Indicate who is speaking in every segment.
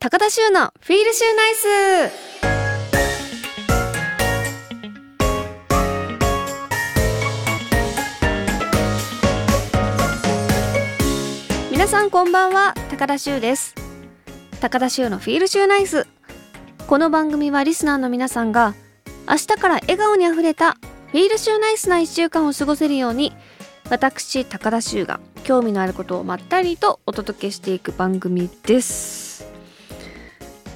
Speaker 1: 高田修のフィールシューナイス皆さんこんばんは高田修です高田修のフィールシューナイスこの番組はリスナーの皆さんが明日から笑顔にあふれたフィールシューナイスな1週間を過ごせるように私高田修が興味のあることをまったりとお届けしていく番組です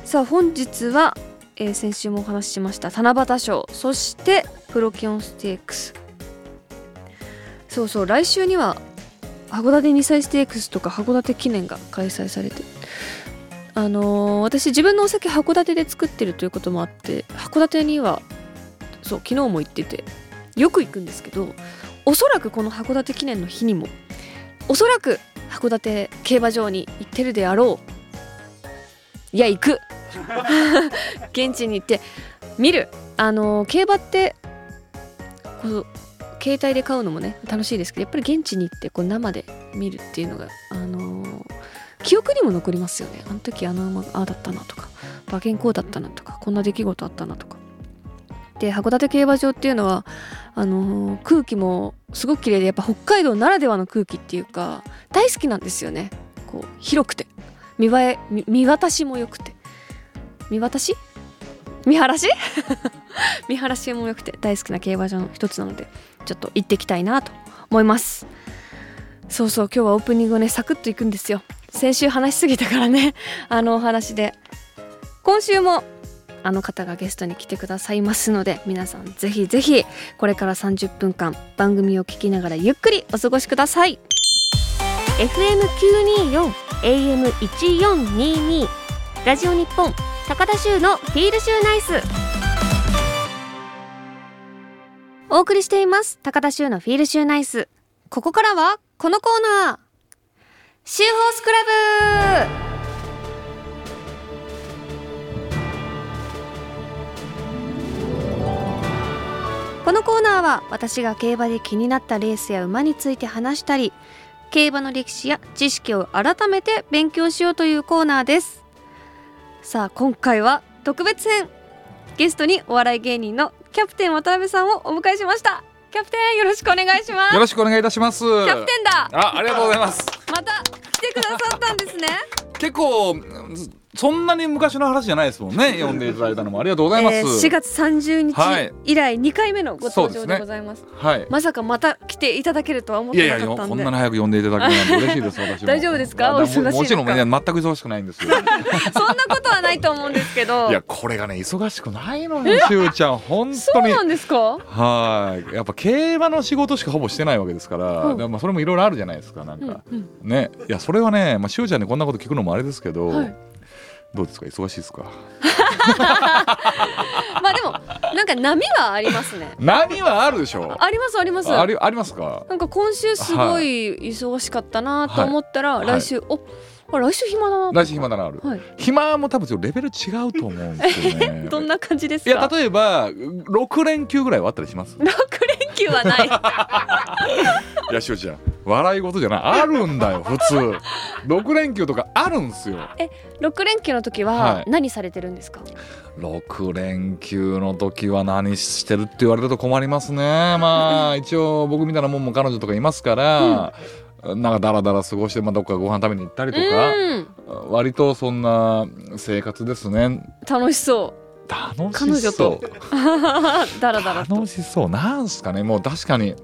Speaker 1: さあ本日は、えー先週もお話ししました七夕賞そしてプロキオンステークスそうそう来週には函館二歳ステークスとか函館記念が開催されてあのー私自分のお酒函館で作ってるということもあって函館にはそう昨日も行っててよく行くんですけどおそらくこの函館記念の日にもおそらく函館競馬場に行ってるであろういや行く現地に行って見るあのー競馬ってこう携帯で買うのもね楽しいですけどやっぱり現地に行ってこう生で見るっていうのが、あのー記憶にも残りますよねあの時あの馬がああだったなとか馬券こうだったなとかこんな出来事あったなとかで函館競馬場っていうのはあのー空気もすごく綺麗でやっぱ北海道ならではの空気っていうか大好きなんですよねこう広くて見栄え見見渡しも良くて見渡し見晴らし 見晴らしも良くて大好きな競馬場の一つなのでちょっと行ってきたいなと思いますそうそう今日はオープニングをねサクッといくんですよ先週話しすぎたからね あのお話で今週もあの方がゲストに来てくださいますので皆さんぜひぜひこれから30分間番組を聞きながらゆっくりお過ごしください
Speaker 2: FM924 AM1422 ラジオ日本高田州のフィールシューナイス
Speaker 1: お送りしています高田修のフィールシューナイスここからはこのコーナーシューホースクラブこのコーナーは私が競馬で気になったレースや馬について話したり競馬の歴史や知識を改めて勉強しようというコーナーですさあ今回は特別編ゲストにお笑い芸人のキャプテン渡辺さんをお迎えしましたキャプテンよろしくお願いします
Speaker 3: よろしくお願いいたします。キ
Speaker 1: キャプテンだ
Speaker 3: あ、ありがとうございます。
Speaker 1: また来てくださったんですね。
Speaker 3: 結構そんなに昔の話じゃないですもんね。読んでいただいたのもありがとうございます。
Speaker 1: えー4月30
Speaker 3: はい
Speaker 1: 日以来2回目のご登
Speaker 3: そ
Speaker 1: 場
Speaker 3: うです
Speaker 1: で
Speaker 3: ね
Speaker 1: ございます。
Speaker 3: はい。
Speaker 1: まさかまた来ていただけるとは思っ
Speaker 3: いや
Speaker 1: てな
Speaker 3: いや
Speaker 1: かったんで。
Speaker 3: こんなに早く読んでいただけるなんて嬉しいです私も。
Speaker 1: 大丈夫ですかお忙しい中
Speaker 3: ももちろんね全く忙しくない んですよ。
Speaker 1: そんなことはないと思うんですけど。
Speaker 3: いやこれがね忙しくないのよしゅうちゃん本
Speaker 1: そ
Speaker 3: 当
Speaker 1: う
Speaker 3: に
Speaker 1: な。んですか。
Speaker 3: はいやっぱ競馬の仕事しかほぼしてないわけですから、
Speaker 1: うん
Speaker 3: だからまあそれもいろいろあるじゃないですかなん
Speaker 1: うん
Speaker 3: か、
Speaker 1: うん
Speaker 3: ねいやそれはねまあしゅうちゃんにこんなこと聞くのもあれですけど、
Speaker 1: はい
Speaker 3: どうですか忙しいですか
Speaker 1: まあでもなんか波はありますね。
Speaker 3: 波はあるでしょ
Speaker 1: ありますあります。
Speaker 3: あ
Speaker 1: な
Speaker 3: りありますか
Speaker 1: んか今週すごい忙しかったなと思ったら
Speaker 3: はい
Speaker 1: 来週おあ来週暇だな。
Speaker 3: 来週暇なのある、
Speaker 1: はい。
Speaker 3: 暇も多分ちょっとレベル違うと思うんですよね
Speaker 1: どんな感じです
Speaker 3: いや
Speaker 1: か。
Speaker 3: 例えば6連休ぐらいはあったりします
Speaker 1: 六連休はない。
Speaker 3: いやしおちゃん笑い事じゃないあるんだよ普通6連休とかあるんすよ
Speaker 1: 六連休の時
Speaker 3: は
Speaker 1: はい何されてるんですか。
Speaker 3: 6連休の時は何してるって言われると困りますね まあ一応僕みたいなもんも彼女とかいますから、なんかダラダラ過ごして、まあ、どっかご飯食べに行ったりと
Speaker 1: うん。
Speaker 3: か、割とそんな生活ですね
Speaker 1: 楽しそう。
Speaker 3: 楽
Speaker 1: 彼
Speaker 3: し
Speaker 1: 女
Speaker 3: そう
Speaker 1: と だらだらと
Speaker 3: 楽しそうなんすかねもう確かに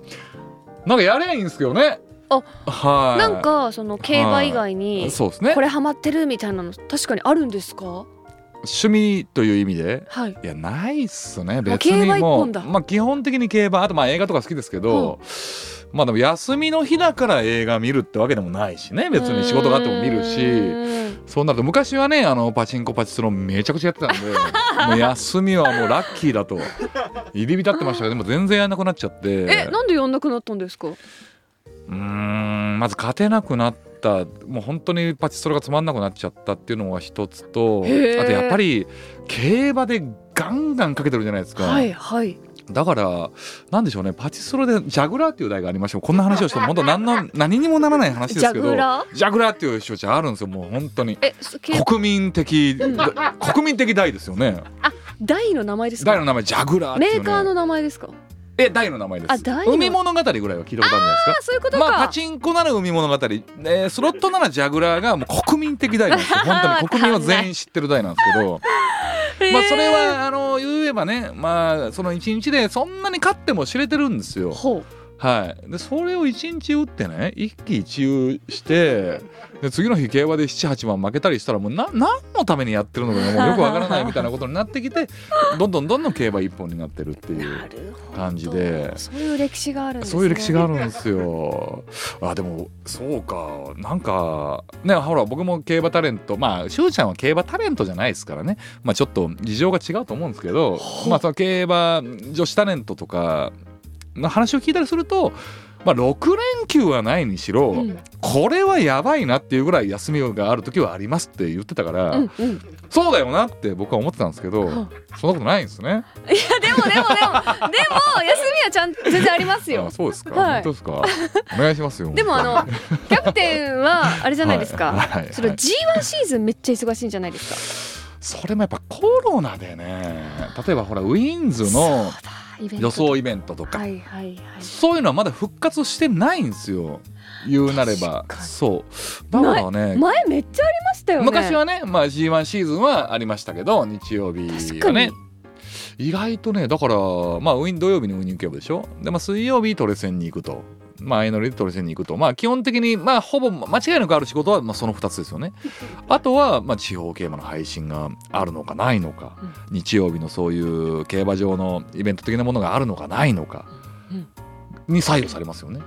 Speaker 3: なんかやりゃいいんですけどね
Speaker 1: あ
Speaker 3: はい
Speaker 1: なんかその競馬以外に
Speaker 3: そうですね
Speaker 1: これハマってるみたいなの確かにあるんですか
Speaker 3: 趣味という意味で
Speaker 1: はい
Speaker 3: いやないっすね
Speaker 1: もう
Speaker 3: 別に
Speaker 1: 競馬一
Speaker 3: もう
Speaker 1: 本だ
Speaker 3: まあ基本的に競馬あとまあ映画とか好きですけど、まあでも休みの日だから映画見るってわけでもないしね別に仕事があっても見る
Speaker 1: う
Speaker 3: し
Speaker 1: ーん
Speaker 3: そうなると昔はねあのパチンコパチスロめちゃくちゃやってたん でもう休みはもうラッキーだと入り浸ってましたけどでも全然やんなくなっちゃって
Speaker 1: えなんでやんなくなったんですか
Speaker 3: うーんまず勝てなくなったもう本当にパチスロがつまんなくなっちゃったっていうのが一つと
Speaker 1: へー
Speaker 3: あとやっぱり競馬でガンガンかけてるじゃないですか、
Speaker 1: はいはい
Speaker 3: だからなんでしょうねパチスロでジャグラーっていう台がありましてこんな話をしても本当何の 何にもならない話ですけど
Speaker 1: ジャグラ
Speaker 3: ジャグラーっていう人たちあるんですよもう本当に
Speaker 1: えそけ
Speaker 3: 国民的、
Speaker 1: うん
Speaker 3: 国民的台ですよね
Speaker 1: 大の名前ですか
Speaker 3: 台の名前ジャグラーっていう、
Speaker 1: メ
Speaker 3: ね、
Speaker 1: ーカーの名前ですか
Speaker 3: え台の名前です
Speaker 1: あ台の
Speaker 3: 海物語ぐらいは聞いたことあるんじゃないですか
Speaker 1: あそういうことか、
Speaker 3: まあパチンコなら海物語、えースロットならジャグラーがもう国民的台なん ですよ本当に国民は全員知ってる台なんですけどまあそれはあの言えばねまあその一日でそんなに勝っても知れてるんですよ
Speaker 1: ほ
Speaker 3: はいでそれを一日打ってね一喜一憂してで次の日競馬で78番負けたりしたらもうな何のためにやってるのかねもうよくわからないみたいなことになってきてどんどんどんどん競馬一本になってるっていうう
Speaker 1: なるほど
Speaker 3: 感じで
Speaker 1: そういう歴史があるんです、ね、
Speaker 3: そういう歴史があるんです よ。あでもそうかなんかねほら僕も競馬タレントまあしゅうちゃんは競馬タレントじゃないですからねまあちょっと事情が違うと思うんですけど、まあその競馬女子タレントとかの話を聞いたりすると。まあ、6連休はないにしろ、
Speaker 1: うん
Speaker 3: これはやばいなっていうぐらい休みがある時はありますって言ってたから、
Speaker 1: うんうん、い
Speaker 3: そうだよなって僕は思ってたんですけど、
Speaker 1: は
Speaker 3: そんなことないんですね。
Speaker 1: やでもでもでもでも休みはちゃんと全然ありますよ
Speaker 3: あそうですか、
Speaker 1: はい
Speaker 3: 本当ですか。お願いしますよ。
Speaker 1: でもあ のキャプテンはあれじゃないですか、
Speaker 3: はいはいはい
Speaker 1: その G1 シーズンめっちゃ忙しいんじゃないですか
Speaker 3: それもやっぱコロナでね例えばほらウィンズの
Speaker 1: イベント
Speaker 3: 予想イベントとか
Speaker 1: はいはいはい
Speaker 3: そういうのはまだ復活してないんですよ言うなれば
Speaker 1: 確かに
Speaker 3: そうだからね
Speaker 1: 前めっちゃありましたよね
Speaker 3: 昔はね、まあ、g 1シーズンはありましたけど日曜日
Speaker 1: 確
Speaker 3: は
Speaker 1: か
Speaker 3: ね
Speaker 1: に
Speaker 3: 意外とねだから、まあ、ウィン土曜日にウィニングキャブでしょで、まあ、水曜日トレセンに行くと。まあ、相乗りでトレセンに行くと、まあ、基本的に、まあ、ほぼ間違いなくある仕事は、まあ、その2つです よね。あとは、まあ、地方競馬の配信があるのかないのか、日曜日のそういう競馬場のイベント的なものがあるのかないのか
Speaker 1: うん
Speaker 3: に左右されますよね。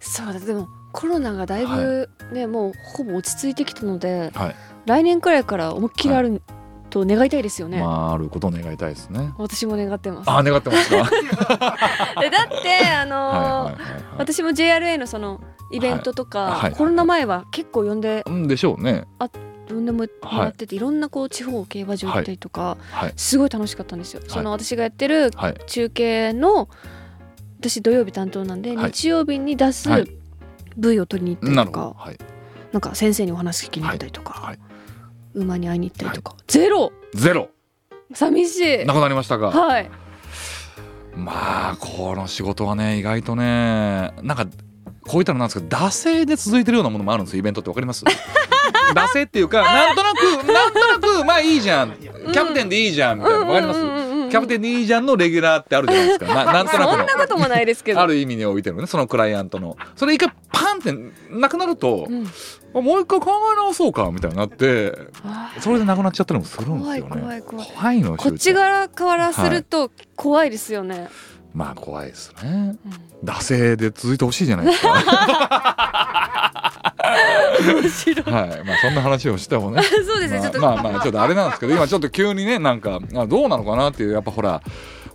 Speaker 1: そうだでもコロナがだいぶね、もうほぼ落ち着いてきたので、
Speaker 3: はい
Speaker 1: 来年くらいから思いっきりあると願いたいですよね、
Speaker 3: まあ、あることを願いたいですね。
Speaker 1: 私も願ってます
Speaker 3: あ、願ってます か。はい
Speaker 1: えだってあのー
Speaker 3: はいはいはい。
Speaker 1: 私も JRA のそのイベントとか、
Speaker 3: はいはい
Speaker 1: コロナ前は結構呼んで
Speaker 3: うんでしょうね。
Speaker 1: 呼んでもらってて、い、ろんなこう地方競馬場行ったりとか、
Speaker 3: はい。
Speaker 1: すごい楽しかったんですよ、その私がやってる
Speaker 3: はい。
Speaker 1: 中継の私土曜日担当なんで、
Speaker 3: はい
Speaker 1: 日曜日に出す
Speaker 3: はい
Speaker 1: 部位を取りに行った
Speaker 3: な
Speaker 1: り
Speaker 3: る
Speaker 1: と
Speaker 3: ほ
Speaker 1: か、
Speaker 3: ど。はい。
Speaker 1: なんか先生にお話聞きに行ったりとか、
Speaker 3: はいはい
Speaker 1: 馬に会いに行ったりとか、ゼロ
Speaker 3: ゼロ。
Speaker 1: 寂しい
Speaker 3: なくなりましたが。
Speaker 1: はい
Speaker 3: まあ、この仕事はね、意外とね、なんか。こういったのなんですけど、惰性で続いてるようなものもあるんですよ。イベントってわか ります。惰性っていうか、なんとなく、なんとなく、まあいいじゃん。キャプテンでいいじゃんみたいな、わかります。キャプ
Speaker 1: ン
Speaker 3: テンでいいじゃんのレギュラーってあるじゃないですか。 ななんとなく
Speaker 1: そ
Speaker 3: の
Speaker 1: んなこともないですけど
Speaker 3: ある意味においてのね、そのクライアントの。それ一回パンってなくなると
Speaker 1: う、ん
Speaker 3: あもう一回考え直そうかみたいになって、
Speaker 1: あー
Speaker 3: それでなくなっちゃったりもするんです
Speaker 1: 怖い
Speaker 3: よね。
Speaker 1: 怖い怖い
Speaker 3: 怖いの
Speaker 1: こっち側からすると怖いですよね、
Speaker 3: まあ怖いですね
Speaker 1: うん
Speaker 3: 惰性で続いてほしいじゃないですか
Speaker 1: 面白い
Speaker 3: はいまあそんな話をしてもね
Speaker 1: そうですね ちょっと、
Speaker 3: まあ、まあまあちょっとあれなんですけど今ちょっと急にねなんかあどうなのかなっていうやっぱほら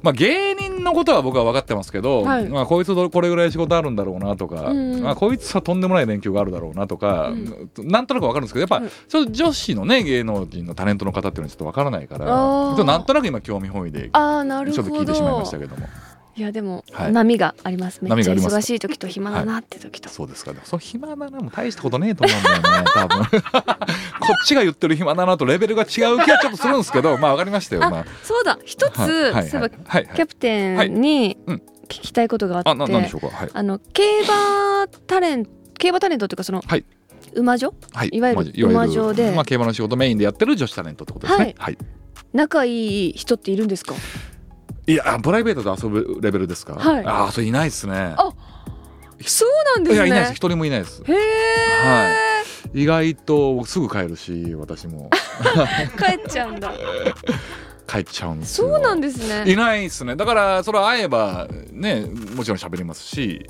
Speaker 3: まあ芸人のことは僕は分かってますけど、
Speaker 1: はい
Speaker 3: まあこいつどこれぐらい仕事あるんだろうなとか、
Speaker 1: うん
Speaker 3: まあこいつはとんでもない連休があるだろうなとか、
Speaker 1: うん
Speaker 3: なんとなく分かるんですけどやっぱ、
Speaker 1: うん
Speaker 3: ちょっと女子のね芸能人のタレントの方っていうのはちょっと分からないからち
Speaker 1: あー
Speaker 3: ょっとなんとなく今興味本位でちょ
Speaker 1: ああなる
Speaker 3: っ
Speaker 1: ほ
Speaker 3: と
Speaker 1: ど
Speaker 3: 聞いてしまいましたけども
Speaker 1: いやでも、
Speaker 3: はい
Speaker 1: 波がありますめっ
Speaker 3: 波
Speaker 1: ち
Speaker 3: が
Speaker 1: ゃ
Speaker 3: あります
Speaker 1: 忙しい時と暇だなって時と、
Speaker 3: そうですかね。その暇だなも大したことねえと思うんだよね。多分 こっちが言ってる暇だなとレベルが違う気はちょっとするんですけ ど、まあわかりましたよ。まあ
Speaker 1: あそうだ一つ、
Speaker 3: はいはい
Speaker 1: そういえばキ
Speaker 3: はいはい
Speaker 1: ャプテンに
Speaker 3: うん
Speaker 1: 聞きたいことがあって、
Speaker 3: あななんでしょうか。はい
Speaker 1: あの競馬タレント競馬タレントっていうかその、
Speaker 3: はい
Speaker 1: 馬女
Speaker 3: はい。
Speaker 1: いわゆる
Speaker 3: まあいわゆ
Speaker 1: 馬上で
Speaker 3: まあ競馬の仕事メインでやってる女子タレントってことですね。はい。
Speaker 1: 仲いい人っているんですか
Speaker 3: いやあプライベートで遊ぶレベルですか。
Speaker 1: はい
Speaker 3: ああそれいないですね。
Speaker 1: あそうなんで
Speaker 3: い
Speaker 1: す
Speaker 3: や
Speaker 1: ね
Speaker 3: いないです。一人もいないです。
Speaker 1: へえ、
Speaker 3: 意外と僕すぐ帰るし、私も
Speaker 1: 帰っちゃうんだ
Speaker 3: 帰っちゃうんですよ。
Speaker 1: そうなん
Speaker 3: で
Speaker 1: ですね
Speaker 3: いないですね。だからそれ会えばねもちろん喋りますし。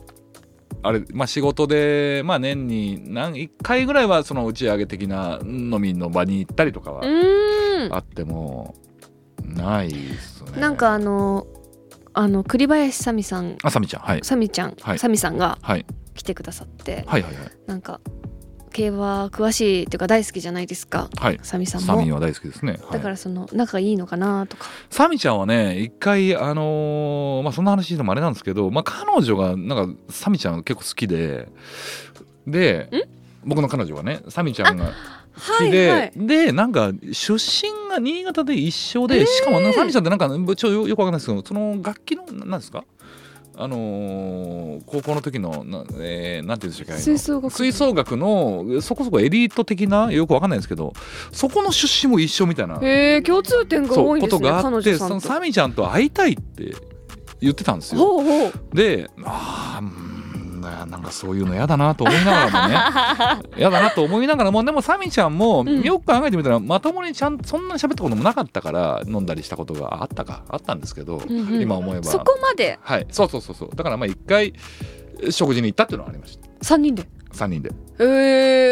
Speaker 3: あれまあ、仕事で、まあ、年に何1回ぐらいはその打ち上げ的な飲みの場に行ったりとか
Speaker 1: う
Speaker 3: は
Speaker 1: ーん
Speaker 3: あってもないですね。
Speaker 1: なんかあのあの栗林さみさん
Speaker 3: あさみちゃん、はい、
Speaker 1: さみちゃん
Speaker 3: はい
Speaker 1: さみ、さんが
Speaker 3: はい
Speaker 1: 来てくださって
Speaker 3: はいはいはい
Speaker 1: なんか競馬詳しいっていうか大好きじゃないですか
Speaker 3: はい
Speaker 1: サミさん
Speaker 3: サ
Speaker 1: も
Speaker 3: ミは大好きですね、はい
Speaker 1: だからその仲いいのかなとか
Speaker 3: サミちゃんはね一回あのーまあそんな話でもあれなんですけど、まあ、彼女がなんかサミちゃん結構好きでで僕の彼女はねサミちゃんが好きで、でなんか出身が新潟で一緒で、しかもなサミちゃんってなんかちょよよくわかんないですけどその楽器のななんですかあのー高校の時のな,、えーなんていうんでしたっけああいう
Speaker 1: 吹
Speaker 3: の
Speaker 1: 奏楽
Speaker 3: 吹奏楽のそこそこエリート的なよくわかんないですけどそこの出身も一緒みたいな
Speaker 1: えー、共通点が
Speaker 3: そ
Speaker 1: 多
Speaker 3: う
Speaker 1: いん
Speaker 3: こ
Speaker 1: です
Speaker 3: と
Speaker 1: ね
Speaker 3: があ
Speaker 1: 彼
Speaker 3: って
Speaker 1: 女さ
Speaker 3: そ
Speaker 1: ん
Speaker 3: の
Speaker 1: と
Speaker 3: サミちゃんと会いたいって言ってたんですよ。
Speaker 1: ほうほう
Speaker 3: でああなんかそういうの嫌だなと思いながらも ね嫌だなと思いながらもでもサミちゃんも
Speaker 1: ん
Speaker 3: よく考えてみたら、まともにちゃんそんなに喋ったこともなかったから飲んだりしたことがあったかあったんですけど、
Speaker 1: うんうん
Speaker 3: 今思えば
Speaker 1: そこまで
Speaker 3: はいそうそうそうそうだからまあ一回食事に行ったっていうのはありました
Speaker 1: 三人で
Speaker 3: 3人で。
Speaker 1: え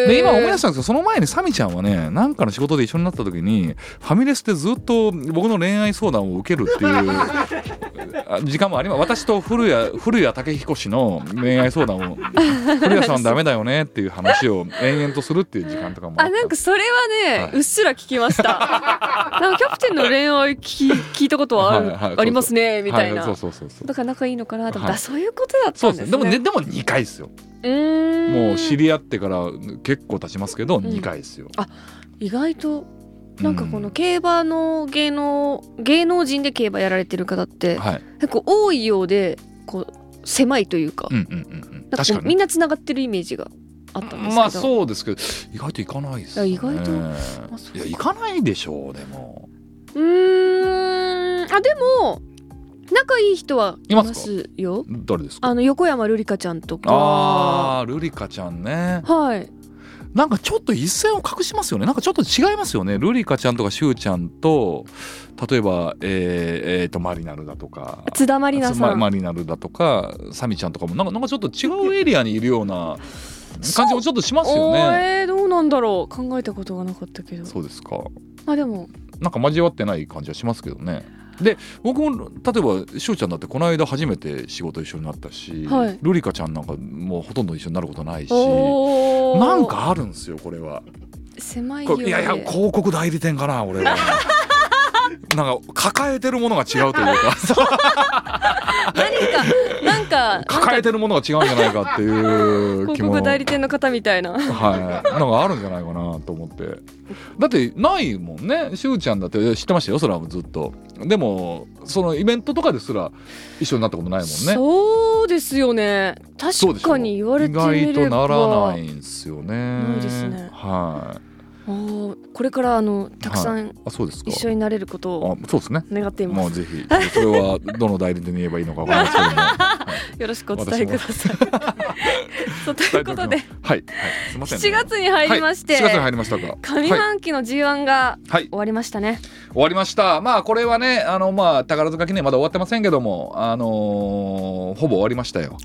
Speaker 1: ー、
Speaker 3: で今思い出したんですけどその前にサミちゃんはねなんかの仕事で一緒になった時にファミレスでずっと僕の恋愛相談を受けるっていうあ 時間もあります私と古谷古谷武彦氏の恋愛相談を「古谷さんダメだよね」っていう話を延々とするっていう時間とかも
Speaker 1: あなんかそれはね、
Speaker 3: はいう
Speaker 1: っすら聞きました なんかキャプテンの恋愛聞聞いたことはある、
Speaker 3: はいはい
Speaker 1: ありますねみたいな、
Speaker 3: はそうそうそうそう
Speaker 1: だから仲いいのかなと思った、
Speaker 3: はい
Speaker 1: あそういうことだっ
Speaker 3: そ
Speaker 1: た
Speaker 3: うんで
Speaker 1: ですすね
Speaker 3: ねでもねでも2回ですよ
Speaker 1: うーん
Speaker 3: もう知り合ってから結構経ちますけど2回ですよ、
Speaker 1: 意外となんかこ
Speaker 3: う
Speaker 1: の競馬の芸能芸能人で競馬やられてる方って
Speaker 3: はい
Speaker 1: 結構多いようでこう狭いというか,、
Speaker 3: うんうんうんうん
Speaker 1: なん
Speaker 3: 確
Speaker 1: か
Speaker 3: か
Speaker 1: こう
Speaker 3: に
Speaker 1: みんなつながってるイメージがあったんですけど、
Speaker 3: まあそうですけど意外と行かないです、ね、
Speaker 1: いや意外とまあそう
Speaker 3: い
Speaker 1: か
Speaker 3: や行かないでしょうでも
Speaker 1: うーんあでも仲いい人はい
Speaker 3: いま
Speaker 1: ます
Speaker 3: か
Speaker 1: すよ
Speaker 3: 誰ですか
Speaker 1: あの横山瑠璃香ちゃんとか
Speaker 3: あールリカちゃんね
Speaker 1: はい
Speaker 3: なんかちょっと一線を隠しますよねなんかちょっと違いますよねルリカちゃんとかしゅうちゃんと例えばえーえーとマリナルだとか
Speaker 1: 津田まりなさ
Speaker 3: マ
Speaker 1: ん
Speaker 3: マリナルだとかサミちゃんとかもなんかなんかちょっと違うエリアにいるような感じもちょっとしますよ
Speaker 1: おー
Speaker 3: ね
Speaker 1: えーどうなんだろう考えたことがなかったけど
Speaker 3: そうですか
Speaker 1: まあでも
Speaker 3: なんか交わってない感じはしますけどね。で僕も例えばしょうちゃんだってこの間初めて仕事一緒になったし、
Speaker 1: はい
Speaker 3: ルリカちゃんなんかもうほとんど一緒になることないし
Speaker 1: おお
Speaker 3: なんかあるんですよこれは。
Speaker 1: 狭いよ
Speaker 3: こ
Speaker 1: う
Speaker 3: れ
Speaker 1: で
Speaker 3: いやいや広告代理店かな俺は。 なんか抱えてるものが違うという か
Speaker 1: なんか
Speaker 3: 抱えてるものが違うんじゃないかっていう
Speaker 1: 広
Speaker 3: 気も
Speaker 1: 告代理店の方みたいな
Speaker 3: はいなんかあるんじゃないかなと思ってだってないもんねしゅうちゃんだって知ってましたよそれはずっとでもそのイベントとかですら一緒になったことないもんね
Speaker 1: そうですよね
Speaker 3: そ
Speaker 1: 確
Speaker 3: うでしょ
Speaker 1: かに言われてみ
Speaker 3: 意外
Speaker 1: れ
Speaker 3: とな
Speaker 1: ば
Speaker 3: らないんですよね
Speaker 1: ないですね
Speaker 3: はい
Speaker 1: おーこれからあのたくさん
Speaker 3: あそうですか
Speaker 1: 一緒になれることを
Speaker 3: あそうですね
Speaker 1: 願っています、
Speaker 3: もうぜひそれはどの代理店に言えばいいのかわかりませ んけども
Speaker 1: よろしくお伝えください そうということ で
Speaker 3: はい、はい、すいませんね
Speaker 1: 7月に入りまして、
Speaker 3: はい、7月に入りましたか
Speaker 1: 上
Speaker 3: はい、
Speaker 1: 半期の G1 が
Speaker 3: はい
Speaker 1: 終わりましたね、
Speaker 3: 終わりましたまあこれはねあのまあ宝塚記念まだ終わってませんけどもあのーほぼ終わりましたよ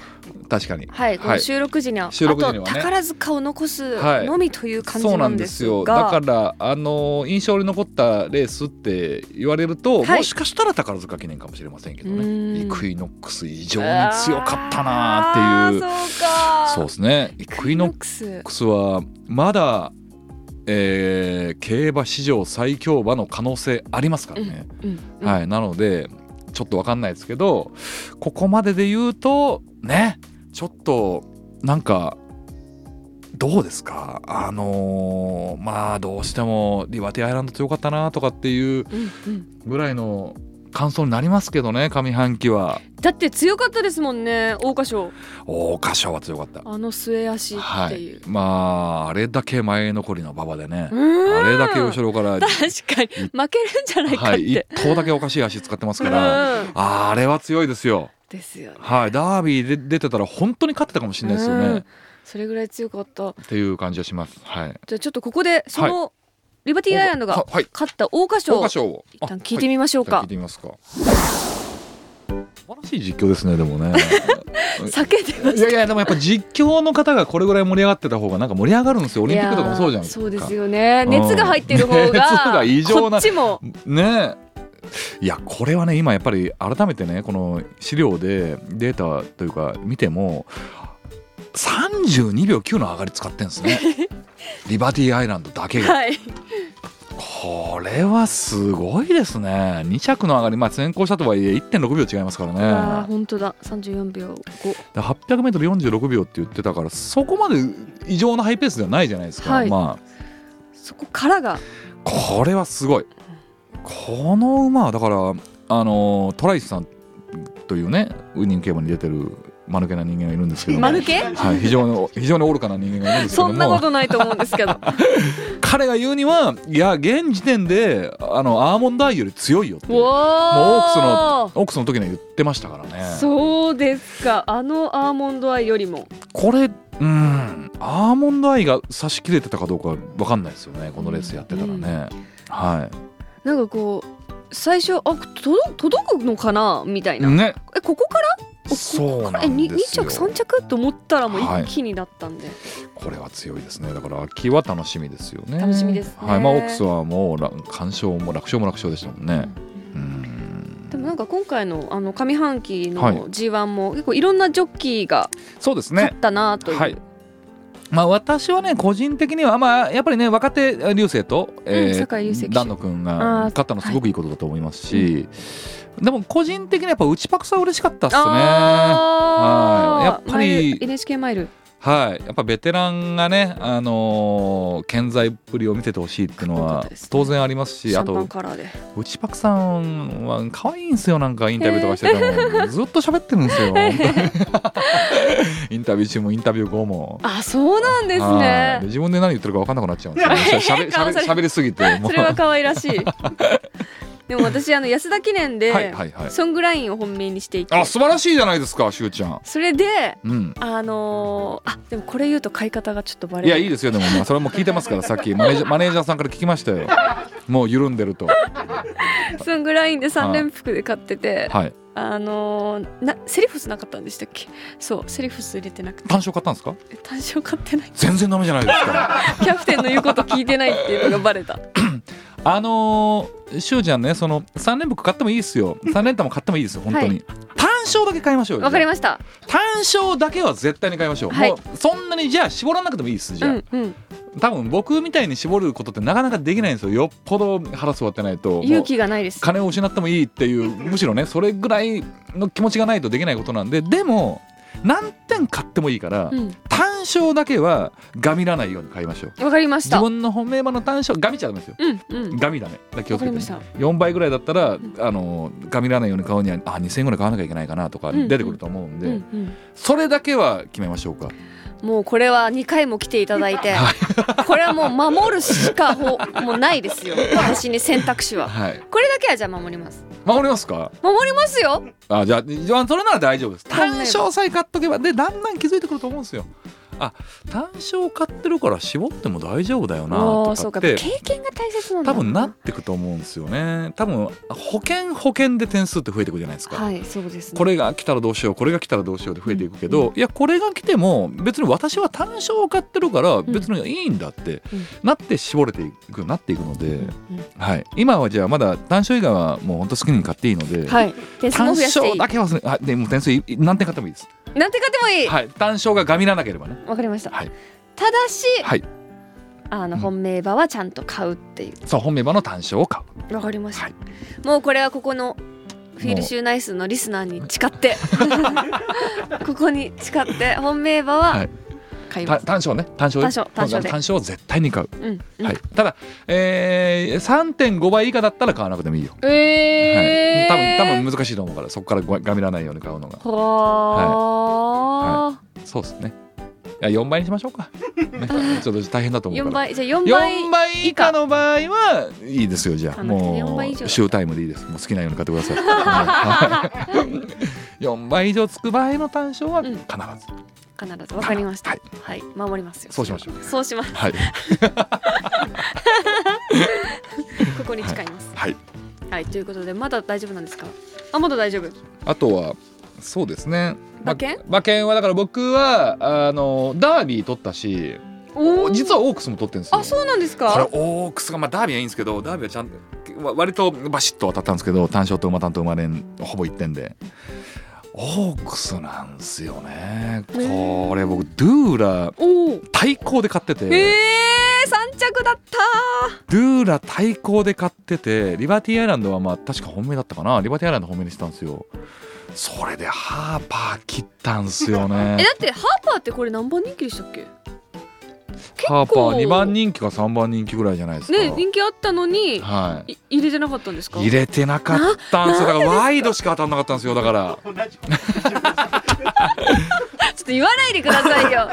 Speaker 3: 確かに
Speaker 1: はい、この収録時には、
Speaker 3: 収録時には
Speaker 1: あ
Speaker 3: ね
Speaker 1: と宝塚を残す
Speaker 3: はい
Speaker 1: のみという感じ
Speaker 3: そ
Speaker 1: な
Speaker 3: うなんん
Speaker 1: で
Speaker 3: ですす
Speaker 1: が、
Speaker 3: よだからあの印象に残ったレースって言われると、
Speaker 1: はい
Speaker 3: もしかしたら宝塚記念かもしれませんけど
Speaker 1: う
Speaker 3: ね
Speaker 1: ー
Speaker 3: イ
Speaker 1: ん
Speaker 3: クイノックス異常に強かったなっていう
Speaker 1: あーそうか
Speaker 3: そうですねイクイノッ
Speaker 1: クス
Speaker 3: クスはまだ、えー競馬史上最強馬の可能性ありますからね、
Speaker 1: い、
Speaker 3: はいなのでちょっとわかんないですけどここまでで言うとねちょっとなんかどうですかあのーまあどうしてもリバティアイランド強かったなとかっていう
Speaker 1: うんうん
Speaker 3: ぐらいの感想になりますけどね上半期は
Speaker 1: だって強かったですもんね桜花賞
Speaker 3: 大花賞は強かった。
Speaker 1: あの末足っ
Speaker 3: は
Speaker 1: ていう、
Speaker 3: い、まああれだけ前残りの馬場でね、
Speaker 1: うーん
Speaker 3: あれだけ後 ろから、
Speaker 1: 確かに負けるんじゃないかっ
Speaker 3: は
Speaker 1: て、
Speaker 3: い、一頭だけおかしい足使ってますから、
Speaker 1: うん
Speaker 3: あれは強いですよ。
Speaker 1: ですよね
Speaker 3: はい、ダービーで出てたら本当に勝ってたかもしれないですよね、
Speaker 1: う
Speaker 3: っ
Speaker 1: んそれぐらい強かった
Speaker 3: ていう感じがします。はい。
Speaker 1: じゃあちょっとここでその、リバティアイランド
Speaker 3: は
Speaker 1: が
Speaker 3: はい。
Speaker 1: 勝った桜花賞
Speaker 3: 教科
Speaker 1: を
Speaker 3: 書を
Speaker 1: 一旦聞いてみましょう
Speaker 3: ま
Speaker 1: か、
Speaker 3: 聞いてみますか。素晴らしい実況ですねで もね。
Speaker 1: 避けてま
Speaker 3: い
Speaker 1: し
Speaker 3: やいやでもやっぱ実況の方がこれぐらい盛り上がってた方がなんか盛り上がるんですよ。オ
Speaker 1: た
Speaker 3: リンピックとかもそうじゃない
Speaker 1: いやー
Speaker 3: ですか。
Speaker 1: そうですよね
Speaker 3: うん
Speaker 1: 熱が入ってる方が
Speaker 3: 熱が異常な
Speaker 1: こっちも
Speaker 3: ねえ。いやこれはね今やっぱり改めてねこの資料でデータというか見ても32秒9の上がり使ってんで すねリバティアイランドだけが
Speaker 1: はい
Speaker 3: これはすごいですね2着の上がりまあ先行したとはいえ1.6秒違いますからね
Speaker 1: あー本当だ34秒5
Speaker 3: で 800m46 秒って言ってたからそこまで異常なハイペースではないじゃないですか、
Speaker 1: はい
Speaker 3: ま
Speaker 1: そこからが
Speaker 3: あこれはすごいこの馬はだからあのトライスさんというねウイニング競馬に出てる間抜けな人間がいるんですけども、
Speaker 1: 間抜け
Speaker 3: はい、非常に非常に愚かな人間がいるんですけ
Speaker 1: そ
Speaker 3: ど
Speaker 1: んなこ
Speaker 3: も
Speaker 1: とないと思うんですけど
Speaker 3: 彼が言うにはいや現時点であのアーモンドアイより強いよって
Speaker 1: お
Speaker 3: オークスの
Speaker 1: お
Speaker 3: ークスの時には言ってましたからね
Speaker 1: そうですかあのアーモンドアイよりも
Speaker 3: これうんアーモンドアイが差し切れてたかどうかわかんないですよねこのレースやってたらね、
Speaker 1: うん
Speaker 3: は
Speaker 1: なんかこう最初あ届届くのかなみたい
Speaker 3: い
Speaker 1: な、
Speaker 3: ね
Speaker 1: えここからお
Speaker 3: そうな
Speaker 1: え
Speaker 3: ん
Speaker 1: に
Speaker 3: で
Speaker 1: 2
Speaker 3: すよ
Speaker 1: 着3着と思ったらもう
Speaker 3: はい
Speaker 1: 一気にだったんで、
Speaker 3: これは強いですねだから秋は楽しみですよね
Speaker 1: 楽しみですね
Speaker 3: はいまあオークスはもうら完勝も楽勝も楽勝でしたもんねうん
Speaker 1: でもなんか今回のあの上半期
Speaker 3: はい
Speaker 1: の G1 も結構いろんなジョッキーが
Speaker 3: そうですね
Speaker 1: 勝ったなという、
Speaker 3: はいまあ、私はね個人的には、まあ、やっぱりね若手流星と、
Speaker 1: うん酒井流星騎手
Speaker 3: 丹野君が
Speaker 1: あー
Speaker 3: 勝ったのすごくいいことだと思いますし、でも個人的にはやっぱ内パクさん嬉しかったっすね。は
Speaker 1: あー
Speaker 3: はいやっぱり
Speaker 1: マイル NHK マイル
Speaker 3: い、やっぱベテランがね、あのー健在っぷりを見ててほしいっていうの
Speaker 1: かっこよかっ
Speaker 3: は
Speaker 1: たですね
Speaker 3: 当然あります
Speaker 1: シ
Speaker 3: し
Speaker 1: ャ
Speaker 3: あ
Speaker 1: ンパ
Speaker 3: と
Speaker 1: ンカラーで
Speaker 3: 内パクさんは可愛いんですよなんかインタビューとかしてても、ずっと喋ってるんですよ本当にインタビュー中もインタビュー後も。
Speaker 1: あそうなんです
Speaker 3: はいで
Speaker 1: ね
Speaker 3: 自分で何言ってるか分かんなくなっちゃうんです よしゃべしゃべしゃべりすぎても
Speaker 1: そうれは可愛らし いでも私あの安田記念で、
Speaker 3: はいはいはい
Speaker 1: ソングラインを本命にしていて
Speaker 3: あ素晴らしいじゃないですかしゅうちゃん
Speaker 1: それで
Speaker 3: うん
Speaker 1: あのーあでもこれ言うと買い方がちょっとバレ
Speaker 3: い
Speaker 1: る
Speaker 3: やいいですよでもまあそれはもう聞いてますからさっきマ ネージャーマネージャーさんから聞きましたよもう緩んでると
Speaker 1: ソングラインで3連服で買ってて、
Speaker 3: はい
Speaker 1: あのーなセリフスなかったんでしたっけそうセリフス入れてなくて
Speaker 3: 単勝買ったんですか
Speaker 1: え単勝買って ない
Speaker 3: 全然ダメじゃないですか
Speaker 1: キャプテンの言うこと聞いてないっていうのがバレた
Speaker 3: あのーしゅうちゃんねその3連服買ってもいいですよ3連単も買ってもいいですよ本当に、
Speaker 1: は
Speaker 3: 単勝だけ買いましょう よ
Speaker 1: わかりました
Speaker 3: 単勝だけは絶対に買いましょう、
Speaker 1: はい
Speaker 3: もうそんなにじゃあ絞らなくてもいいですじ
Speaker 1: う
Speaker 3: ゃあ、
Speaker 1: んうん
Speaker 3: 多分僕みたいに絞ることってなかなかできないんですよよっぽど腹座ってないと
Speaker 1: 勇気がないです
Speaker 3: もう金を失ってもいいっていうむしろねそれぐらいの気持ちがないとできないことなんででも何点買ってもいいから、
Speaker 1: うん
Speaker 3: 単勝だけはがみらないように買いましょう
Speaker 1: わかりました
Speaker 3: 自
Speaker 1: うん
Speaker 3: 分の本命馬の単勝がみちゃダメですよ
Speaker 1: うん
Speaker 3: がみダメだから気を
Speaker 1: わ
Speaker 3: つ
Speaker 1: か
Speaker 3: け
Speaker 1: り
Speaker 3: て、
Speaker 1: ま
Speaker 3: ね
Speaker 1: し、た
Speaker 3: 4倍ぐらいだったら、
Speaker 1: ん
Speaker 3: あのがみらないように買うにはあ2000円ぐらい買わなきゃいけないかなとか
Speaker 1: うんうん
Speaker 3: 出てくると思うん
Speaker 1: う
Speaker 3: で、
Speaker 1: んうん
Speaker 3: それだけは決めましょうか
Speaker 1: もうこれは2回も来ていただいてこれはもう守るしかほもうないですよ私に選択肢は
Speaker 3: はい
Speaker 1: これだけはじゃあ守ります
Speaker 3: 守りますか
Speaker 1: 守りますよ
Speaker 3: あじゃあじゃあそれなら大丈夫です
Speaker 1: 考えれば
Speaker 3: 単勝さえ買っとけばでだんだん気づいてくると思うんですよあ単勝買ってるから絞っても大丈夫だよな
Speaker 1: おーそ
Speaker 3: と
Speaker 1: う
Speaker 3: か
Speaker 1: か
Speaker 3: って
Speaker 1: 経験が大切なんだ
Speaker 3: 多分なってくと思うんですよね多分保険保険で点数って増えてくじゃないですか、
Speaker 1: はいそうですね
Speaker 3: これが来たらどうしようこれが来たらどうしようで増えていくけど、いやこれが来ても別に私は単勝を買ってるから別にいいんだって、
Speaker 1: うん
Speaker 3: なって絞れていくなっていくので、
Speaker 1: うんうん
Speaker 3: はい、今はじゃあまだ単勝以外はもう本当好きに買っていいので、
Speaker 1: はい点数
Speaker 3: 単
Speaker 1: も増やしてい
Speaker 3: 勝
Speaker 1: い
Speaker 3: だけは忘れ、あ、でも点数い何点買ってもいいです。
Speaker 1: なんて勝ってもいいわ、
Speaker 3: はい、単勝ががみらなければね。
Speaker 1: かりました、
Speaker 3: はい
Speaker 1: ただし
Speaker 3: はい、
Speaker 1: あの
Speaker 3: うん
Speaker 1: 本命馬はちゃんと買うっていう
Speaker 3: そう、本命場の単勝を買う。
Speaker 1: わかりました、
Speaker 3: はい
Speaker 1: もうこれはここのフィールシューナイスのリスナーに誓って ここに誓って本命馬は
Speaker 3: はい
Speaker 1: 買いま
Speaker 3: た
Speaker 1: す、
Speaker 3: 単勝ね、単勝。
Speaker 1: 単勝単勝で
Speaker 3: 単勝を絶対に買う。
Speaker 1: うんうん
Speaker 3: はい、ただ、えー、三点五倍以下だったら買わなくてもいいよ。
Speaker 1: えー
Speaker 3: はい、多分、多分難しいと思うから、そこからごがみらないように買うのが。
Speaker 1: はあ、
Speaker 3: そうですね。いや、四倍にしましょうか。 ね、ちょっと大変だと思う
Speaker 1: 4
Speaker 3: から。
Speaker 1: 倍じゃあ4倍
Speaker 3: 4倍以下の場合はいいですよじゃあ
Speaker 1: あなくて
Speaker 3: も
Speaker 1: 4倍以上
Speaker 3: うシュータイムでいいですもう好きなように買ってください はい4倍以上つく場合の単勝は
Speaker 1: うん
Speaker 3: 必ず、
Speaker 1: 必ずわかりました
Speaker 3: は
Speaker 1: はいい、守りますよ
Speaker 3: そうしましょう
Speaker 1: そうします
Speaker 3: はい
Speaker 1: ここに誓います
Speaker 3: はい
Speaker 1: はい、ということでまだ大丈夫なんですかあまだ大丈夫
Speaker 3: あとはそうですねま
Speaker 1: 馬券
Speaker 3: 馬券はだから僕はあのダービー取ったし
Speaker 1: おー
Speaker 3: 実はオークスも取ってるんですよ
Speaker 1: あそうなんです
Speaker 3: これ
Speaker 1: か
Speaker 3: オークスがまあダービーはいいんですけどダービーはちゃんとわ割とバシッと当たったんですけど単勝と馬単と馬連ほぼ1点でオークスなんですよねこれ僕ドゥーラ
Speaker 1: おお
Speaker 3: 対抗で買ってて、
Speaker 1: ええー、三着だった
Speaker 3: ドゥーラ対抗で買っててリバティアイランドはまあ確か本命だったかなリバティアイランド本命にしたんですよそれでハーパー切ったんです よ
Speaker 1: え
Speaker 3: ね
Speaker 1: だってハーパーってこれ何番人気でしたっけ
Speaker 3: ハーパー2番人気か3番人気ぐらいじゃないですか、
Speaker 1: ね人気あったのに
Speaker 3: はい
Speaker 1: 入れてなかったんですか
Speaker 3: い、 入れてなかったんですよだからワイドしか当たんなかったんですよだから
Speaker 1: ちょっと言わないでください よ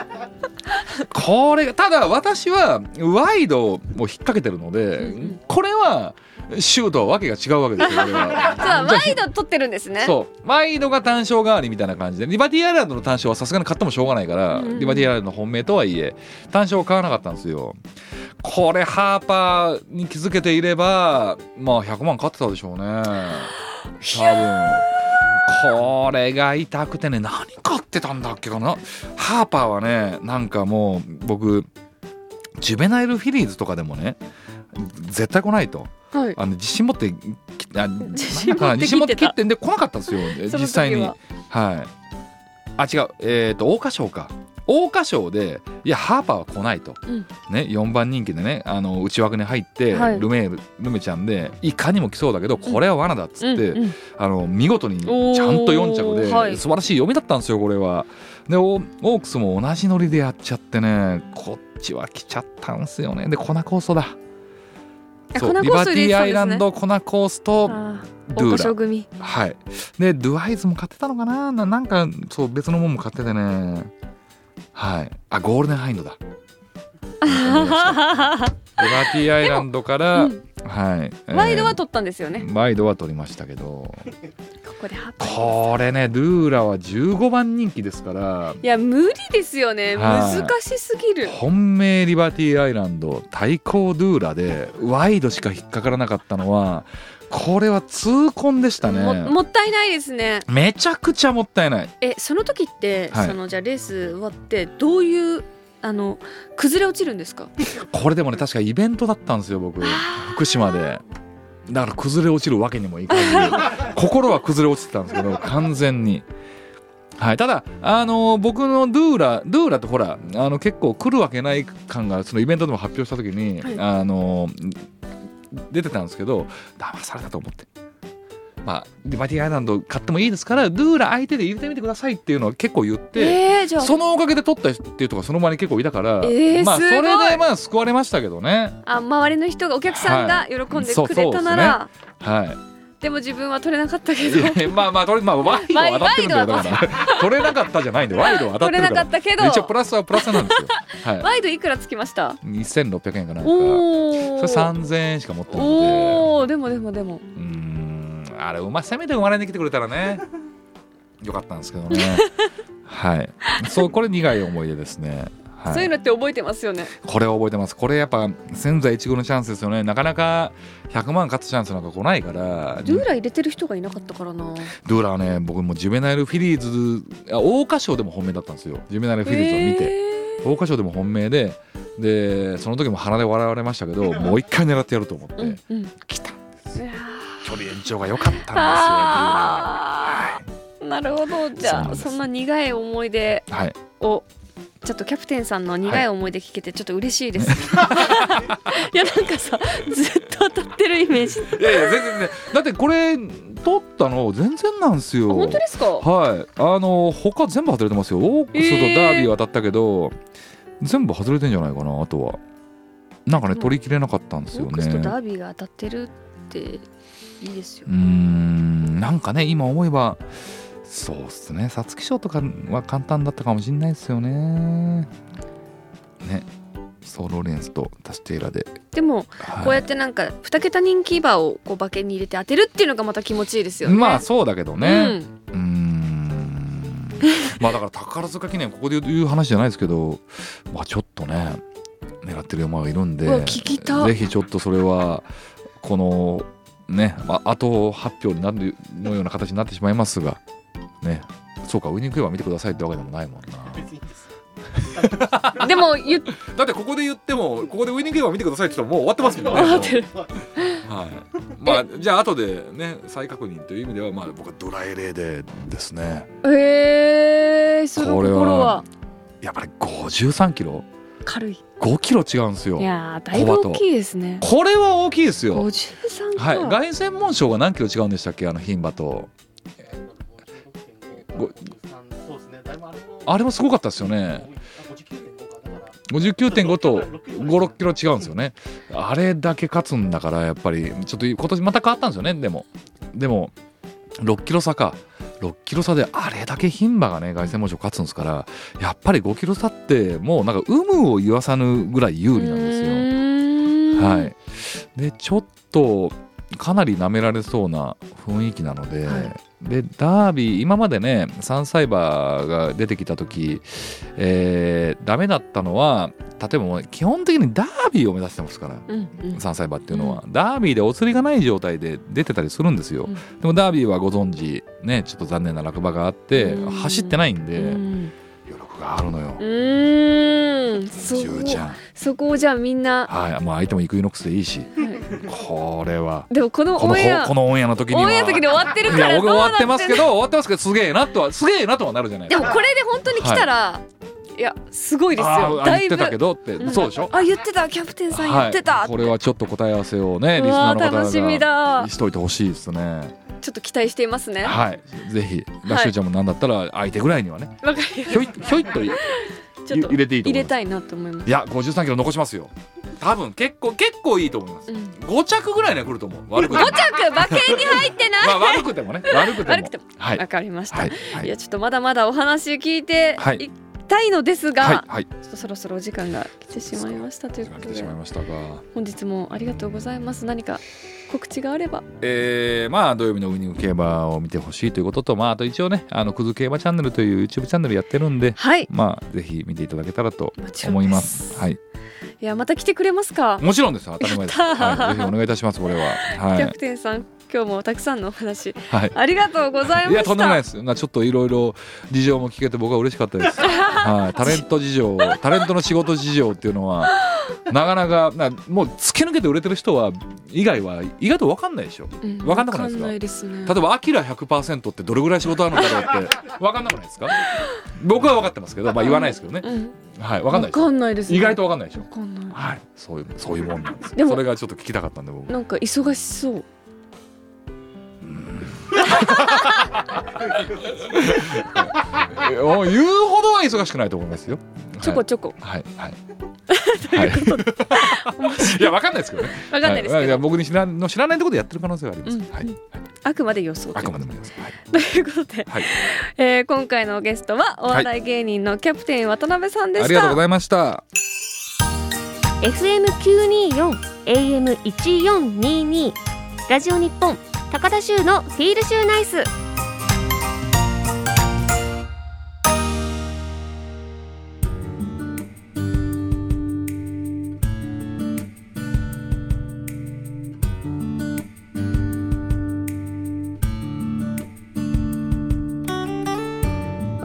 Speaker 3: これがただ私はワイドを引っ掛けてるので、
Speaker 1: うんうん
Speaker 3: これはシュートはわけが違うわけですよ俺 は
Speaker 1: そうワイド取ってるんですね
Speaker 3: そうワイドが単勝代わりみたいな感じでリバティアイランドの単勝はさすがに買ってもしょうがないから、
Speaker 1: うんうん
Speaker 3: リバティアイランドの本命とはいえ単勝を買わなかったんですよこれハーパーに気づけていればまあ100万買ってたでしょうね多分これが痛くてね何買ってたんだっけかなハーパーはねなんかもう僕ジュベナイルフィリーズとかでもね絶対来ないと
Speaker 1: はい
Speaker 3: あの自信持ってきあ
Speaker 1: 信持って
Speaker 3: なんだかな自信持って
Speaker 1: 切
Speaker 3: 切
Speaker 1: っ
Speaker 3: っててんで来なかったんで すよ
Speaker 1: その時は
Speaker 3: 実際にはいあ違うえっ、と桜花賞か桜花賞でいやハーパーは来ないと、
Speaker 1: うん
Speaker 3: ね4番人気でねあの内枠に入って、
Speaker 1: はい
Speaker 3: ルメールルメちゃんでいかにも来そうだけどこれは罠だっつって、
Speaker 1: うんうん
Speaker 3: あの見事にちゃんと4着
Speaker 1: お
Speaker 3: で、
Speaker 1: ーはい
Speaker 3: 素晴らしい読みだったんですよこれは。でオオークスも同じノリでやっちゃってねこっちは来ちゃったんすよねで粉コーストだ。
Speaker 1: あ
Speaker 3: そう
Speaker 1: 粉コースト
Speaker 3: リバテ
Speaker 1: 入れて
Speaker 3: ィ
Speaker 1: たんです
Speaker 3: ア
Speaker 1: ね
Speaker 3: イランド、コナコースと
Speaker 1: あー
Speaker 3: ド
Speaker 1: 大
Speaker 3: ゥ
Speaker 1: 御
Speaker 3: ーラ
Speaker 1: 所 組
Speaker 3: はいでドゥアイズも買ってたのかなななんかそう別のもんも買っててねはいあゴールデンハインド だ思い出したリバティアイランドから、
Speaker 1: でも
Speaker 3: はい、えー
Speaker 1: ワイドは取ったんですよね
Speaker 3: ワイドは取りましたけど
Speaker 1: ここでハーパー
Speaker 3: これねドゥーラは15番人気ですから
Speaker 1: いや無理ですよね
Speaker 3: はい
Speaker 1: 難しすぎる
Speaker 3: 本命リバティアイランド対抗ドゥーラでワイドしか引っかからなかったのはこれは痛恨でした
Speaker 1: も
Speaker 3: ね
Speaker 1: もったいないですね
Speaker 3: めちゃくちゃもったいない
Speaker 1: えその時って、
Speaker 3: はい
Speaker 1: そのじゃあレース終わってどういうあの崩れ落ちるんですか
Speaker 3: これでもね確かイベントだったんですよ僕福島でだから崩れ落ちるわけに もいかず心は崩れ落ちてたんですけど完全に。はい、ただ、あの僕のドゥーラドゥーラってほら、あの結構来るわけない感がそのイベントでも発表した時に、
Speaker 1: はい
Speaker 3: あの出てたんですけど騙されたと思って、まあ、リバティアイランド買ってもいいですからドゥーラ相手で入れてみてくださいっていうのは結構言って、
Speaker 1: えー、じゃあ
Speaker 3: そのおかげで取ったっていうとかその場に結構いたから、
Speaker 1: えー
Speaker 3: まあ
Speaker 1: す
Speaker 3: そ
Speaker 1: ごい
Speaker 3: れでまあ救われましたけどね
Speaker 1: あ周りの人がお客さんが
Speaker 3: は
Speaker 1: 喜んでくれたなら、
Speaker 3: は
Speaker 1: でも自分は取れなかった
Speaker 3: い
Speaker 1: けど
Speaker 3: いやまあまあとりあえずまあワイドは当たってるんだよ
Speaker 1: ワ
Speaker 3: だ
Speaker 1: イ
Speaker 3: から取れなかったじゃないんでワイドは当たっ
Speaker 1: 取
Speaker 3: て
Speaker 1: れ
Speaker 3: る
Speaker 1: な
Speaker 3: か
Speaker 1: かっ
Speaker 3: ら
Speaker 1: たけど
Speaker 3: 一応プラスはプラスなん ですよは
Speaker 1: ワイドいくらつきました
Speaker 3: い2600円かなんか
Speaker 1: お
Speaker 3: そ
Speaker 1: お
Speaker 3: れ3000円しか持ってないんで
Speaker 1: おーでもでもでも
Speaker 3: うーんあれうませめて生まれに来てくれたらねよかったんですけどね はいそうこれ苦い思い出ですねは
Speaker 1: そういうのって覚えてますよね
Speaker 3: これを覚えてますこれやっぱ千載一遇のチャンスですよねなかなか100万勝つチャンスなんか来ないから
Speaker 1: ルーラ入れてる人がいなかったからな
Speaker 3: ドゥーラはね僕もジュベナイルフィリーズあ桜花賞でも本命だったんですよジュベナイルフィリーズを見て、
Speaker 1: え
Speaker 3: 桜花賞でも本命ででその時も鼻で笑われましたけどもう一回狙ってやると思って、
Speaker 1: ーうんうんう
Speaker 3: 来た
Speaker 1: わ
Speaker 3: 距離延長が良かったんですよドゥーラは
Speaker 1: あーなるほどじ
Speaker 3: そう
Speaker 1: ゃ
Speaker 3: なん
Speaker 1: あ
Speaker 3: です
Speaker 1: そんな苦い思い出
Speaker 3: はい
Speaker 1: をちょっとキャプテンさんの苦い思い出聞けてちょっと嬉しいです、 い、やなんかさずっと当たってるイメージ
Speaker 3: いやいや全然ねだってこれ取ったの全然なんですよ
Speaker 1: 本当ですか
Speaker 3: はい、あの他全部外れてますよ。オークスとダービーは当たったけど、全部外れてんじゃないかな。あとはなんかね
Speaker 1: うん
Speaker 3: 取りきれなかったんですよ
Speaker 1: オークスと
Speaker 3: ね。
Speaker 1: ダービーが当たってるっていいですよ
Speaker 3: うーん、なんかね今思えばそうっすね。皐月賞とかは簡単だったかもしれないですよね。ね、ソーロレンスとタステイラで、
Speaker 1: でも
Speaker 3: はい
Speaker 1: こうやってなんか二桁人気馬をこう馬券に入れて当てるっていうのがまた気持ちいいですよね
Speaker 3: まあそうだけどね。
Speaker 1: うん
Speaker 3: うーんまあだから宝塚記念ここで言う話じゃないですけどまあちょっとね狙ってる馬がいるんで
Speaker 1: うわ聞きた
Speaker 3: ぜひちょっとそれはこのね、まあ後発表になるのような形になってしまいますがねそうかウイニングクレバー見てくださいってわけでもないもんな
Speaker 1: でも言っ
Speaker 3: だってここで言ってもここでウイニングクレバー見てくださいって言ったらもう終わってますけど
Speaker 1: 当てる
Speaker 3: はい。まあじゃあ後でね再確認という意味ではまあ僕はドライレーデーですね。
Speaker 1: えー、その
Speaker 3: これは
Speaker 1: 心は
Speaker 3: やっぱり53キロ
Speaker 1: 軽い。
Speaker 3: 5キロ違うんですよ
Speaker 1: い。やーだいぶ大きいですね。
Speaker 3: これは大きいですよ。
Speaker 1: 53か。
Speaker 3: はい。凱旋門賞が何キロ違うんでしたっけあの牝馬と。ごあれもすごかったですよね。59.5と56キロ違うんですよね。あれだけ勝つんだからやっぱりちょっと今年また変わったんですよねでもでも6キロ差か6キロ差であれだけ牝馬がね凱旋門賞勝つんですからやっぱり5キロ差ってもうなんか有無を言わさぬぐらい有利なんですよ。は、
Speaker 1: はい
Speaker 3: でちょっとかなり舐められそうな雰囲気なので,、
Speaker 1: は
Speaker 3: でダービー今までねサンサイバーが出てきた時、えー、ダメだったのは例えばもう基本的にダービーを目指してますから。
Speaker 1: い。うんうん。
Speaker 3: サンサイバーっていうのは、ダービーでお釣りがない状態で出てたりするんですよ、
Speaker 1: うん
Speaker 3: でもダービーはご存知ねちょっと残念な落馬があって
Speaker 1: うん
Speaker 3: 走ってないんで
Speaker 1: うん
Speaker 3: 余力があるのよ
Speaker 1: うーん。そ
Speaker 3: 十ちゃ
Speaker 1: こ
Speaker 3: ん
Speaker 1: そこをじゃあみんな。
Speaker 3: はいもう相手もイクイノックスでいいし
Speaker 1: は
Speaker 3: これはい
Speaker 1: でもこの
Speaker 3: こ
Speaker 1: オ
Speaker 3: の
Speaker 1: ンエア
Speaker 3: このオンエアの時には
Speaker 1: オンエアの時に終わってる
Speaker 3: い
Speaker 1: から
Speaker 3: や
Speaker 1: どう
Speaker 3: 僕終わってますけ
Speaker 1: ど。
Speaker 3: ど終わってますけどすげえなとはすげえなとはなるじゃない
Speaker 1: で
Speaker 3: か
Speaker 1: もこれで本当に来たらいやすごいですよ。
Speaker 3: あーあ
Speaker 1: だ
Speaker 3: 言
Speaker 1: い
Speaker 3: ってたけ
Speaker 1: ぶ。
Speaker 3: どって、
Speaker 1: うん
Speaker 3: そうでしょ
Speaker 1: あ言ってたキャプテンさん言ってた。
Speaker 3: はい、これはちょっと答え合わせをね
Speaker 1: う
Speaker 3: リスナ
Speaker 1: わ
Speaker 3: ーの
Speaker 1: ー
Speaker 3: 方が
Speaker 1: 楽しみだ。
Speaker 3: しといてほしいですね
Speaker 1: ちょっと期待していますね。わ
Speaker 3: はいぜひラッシュちゃんもなんだったら相手ぐらいにはね
Speaker 1: かり
Speaker 3: ひょいひょいっとい
Speaker 1: ちょっと
Speaker 3: 入れていいと
Speaker 1: 入
Speaker 3: 思い
Speaker 1: れ
Speaker 3: ます
Speaker 1: たいなと思います。
Speaker 3: いや53キロ残しますよ多分結構結構いいと思います、
Speaker 1: うん。
Speaker 3: 五5着ぐらいには来ると思う悪くて
Speaker 1: 五
Speaker 3: も
Speaker 1: 着馬券に入って ない。
Speaker 3: まあ悪くてもね悪くても
Speaker 1: 悪くても
Speaker 3: はい
Speaker 1: わかりました。
Speaker 3: はいいはい
Speaker 1: やちょっとまだまだお話聞いて
Speaker 3: はい
Speaker 1: いきたいのですが、
Speaker 3: はいはい
Speaker 1: ちょっとそろそろお時間が来てしまいましたという
Speaker 3: 時
Speaker 1: こ
Speaker 3: 間
Speaker 1: と
Speaker 3: 来てし
Speaker 1: で
Speaker 3: まいましたが
Speaker 1: 本日もありがとうございます何か告知があれば
Speaker 3: えーまあ土曜日のウイニング競馬を見てほしいということと、まあ、あと一応ね「あのクズ競馬チャンネル」という YouTube チャンネルやってるんで、
Speaker 1: はい
Speaker 3: まあ、ぜひ見ていただけたらと
Speaker 1: もちろん
Speaker 3: 思いま。
Speaker 1: ですす
Speaker 3: はい、
Speaker 1: いやまた来てくれますか、
Speaker 3: もちろんですよ当たり前です、
Speaker 1: やったー
Speaker 3: はい。ぜひお願いいたしますこれは。は
Speaker 1: キャ
Speaker 3: い
Speaker 1: プテンさん今日もたくさんのお話
Speaker 3: はい
Speaker 1: ありがとうございました
Speaker 3: いやとんでもないです。なちょっといろいろ事情も聞けて僕は嬉しかったです。はい、タレント事情、タレントの仕事事情っていうのはなかなかなもう突き抜けて売れてる人は以外は意外と分かんないでしょ。
Speaker 1: うん
Speaker 3: わかんなくないですか
Speaker 1: わですね
Speaker 3: 例えば「アキラ100%」ってどれぐらい仕事あるんだろうって 分かんなくないですか僕は分かってますけどまあ言わないですけどね
Speaker 1: うん
Speaker 3: はい分かんな
Speaker 1: わ
Speaker 3: いです
Speaker 1: かんないですね
Speaker 3: 意外と分かんないでしょ
Speaker 1: わかんない
Speaker 3: はいそういうそういうもんなんです
Speaker 1: でも
Speaker 3: それがちょっと聞きたかったんで僕
Speaker 1: なんか忙しそう
Speaker 3: えお言うほどは忙しくないと思いますよ
Speaker 1: ちょこちょこ
Speaker 3: はい はいはい、はい、いや分かんないですけどね
Speaker 1: わかんないです
Speaker 3: は
Speaker 1: け
Speaker 3: い
Speaker 1: ど、
Speaker 3: や僕に知らんの知らないところでやってる可能性はあります、
Speaker 1: うん
Speaker 3: はい、はい
Speaker 1: あくまで予想とい
Speaker 3: あ
Speaker 1: う
Speaker 3: くまでもですはい
Speaker 1: ということで、
Speaker 3: はい
Speaker 1: えー今回のゲストはお笑い芸人のキャプテン渡辺さんで
Speaker 3: あ
Speaker 1: し
Speaker 3: りがとう
Speaker 1: た
Speaker 3: ございました
Speaker 2: FM924 AM1422 ラジオ日本高田州のフィールシューナイス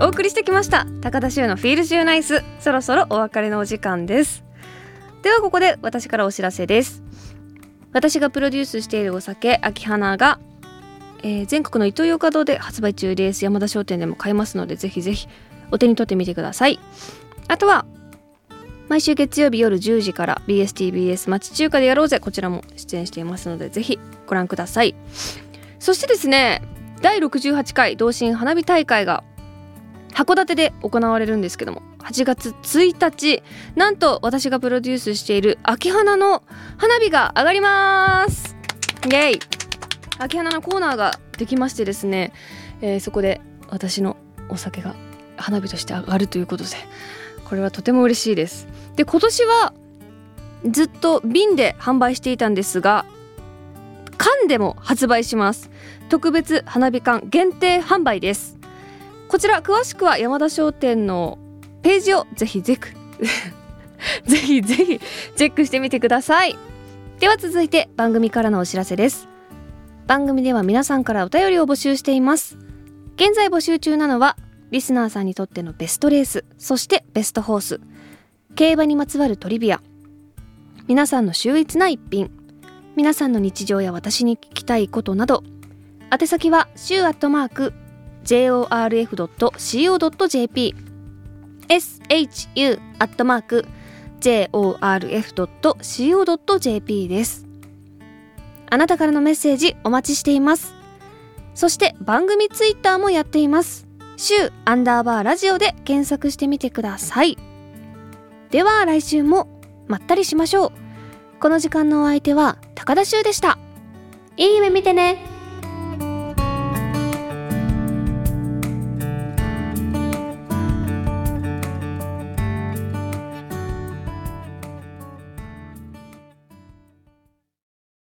Speaker 1: お送りしてきました高田修のフィールシューナイスそろそろお別れのお時間ですではここで私からお知らせです私がプロデュースしているお酒秋花が、えー全国のイトーヨーカドーで発売中です山田商店でも買えますのでぜひぜひお手に取ってみてくださいあとは毎週月曜日夜10時から BSTBS 町中華でやろうぜこちらも出演していますのでぜひご覧くださいそしてですね第68回同心花火大会が函館で行われるんですけども8月1日なんと私がプロデュースしている秋花の花火が上がりますイェイ秋花のコーナーができましてですね、えーそこで私のお酒が花火として上がるということでこれはとても嬉しいですで今年はずっと瓶で販売していたんですが缶でも発売します特別花火缶限定販売ですこちら詳しくは山田商店のページをぜひぜく ぜひぜひチェックしてみてくださいでは続いて番組からのお知らせです番組では皆さんからお便りを募集しています現在募集中なのはリスナーさんにとってのベストレースそしてベストホース競馬にまつわるトリビア皆さんの秀逸な一品皆さんの日常や私に聞きたいことなど宛先は週アットマーク jorf.co.jp
Speaker 2: shu アットマーク
Speaker 1: jorf.co.jp ですあなたからのメッセージお待ちしていますそして番組ツイッターもやっています週アンダーバーラジオで検索してみてくださいでは来週もまったりしましょうこの時間のお相手は高田修でした
Speaker 2: いい夢見てね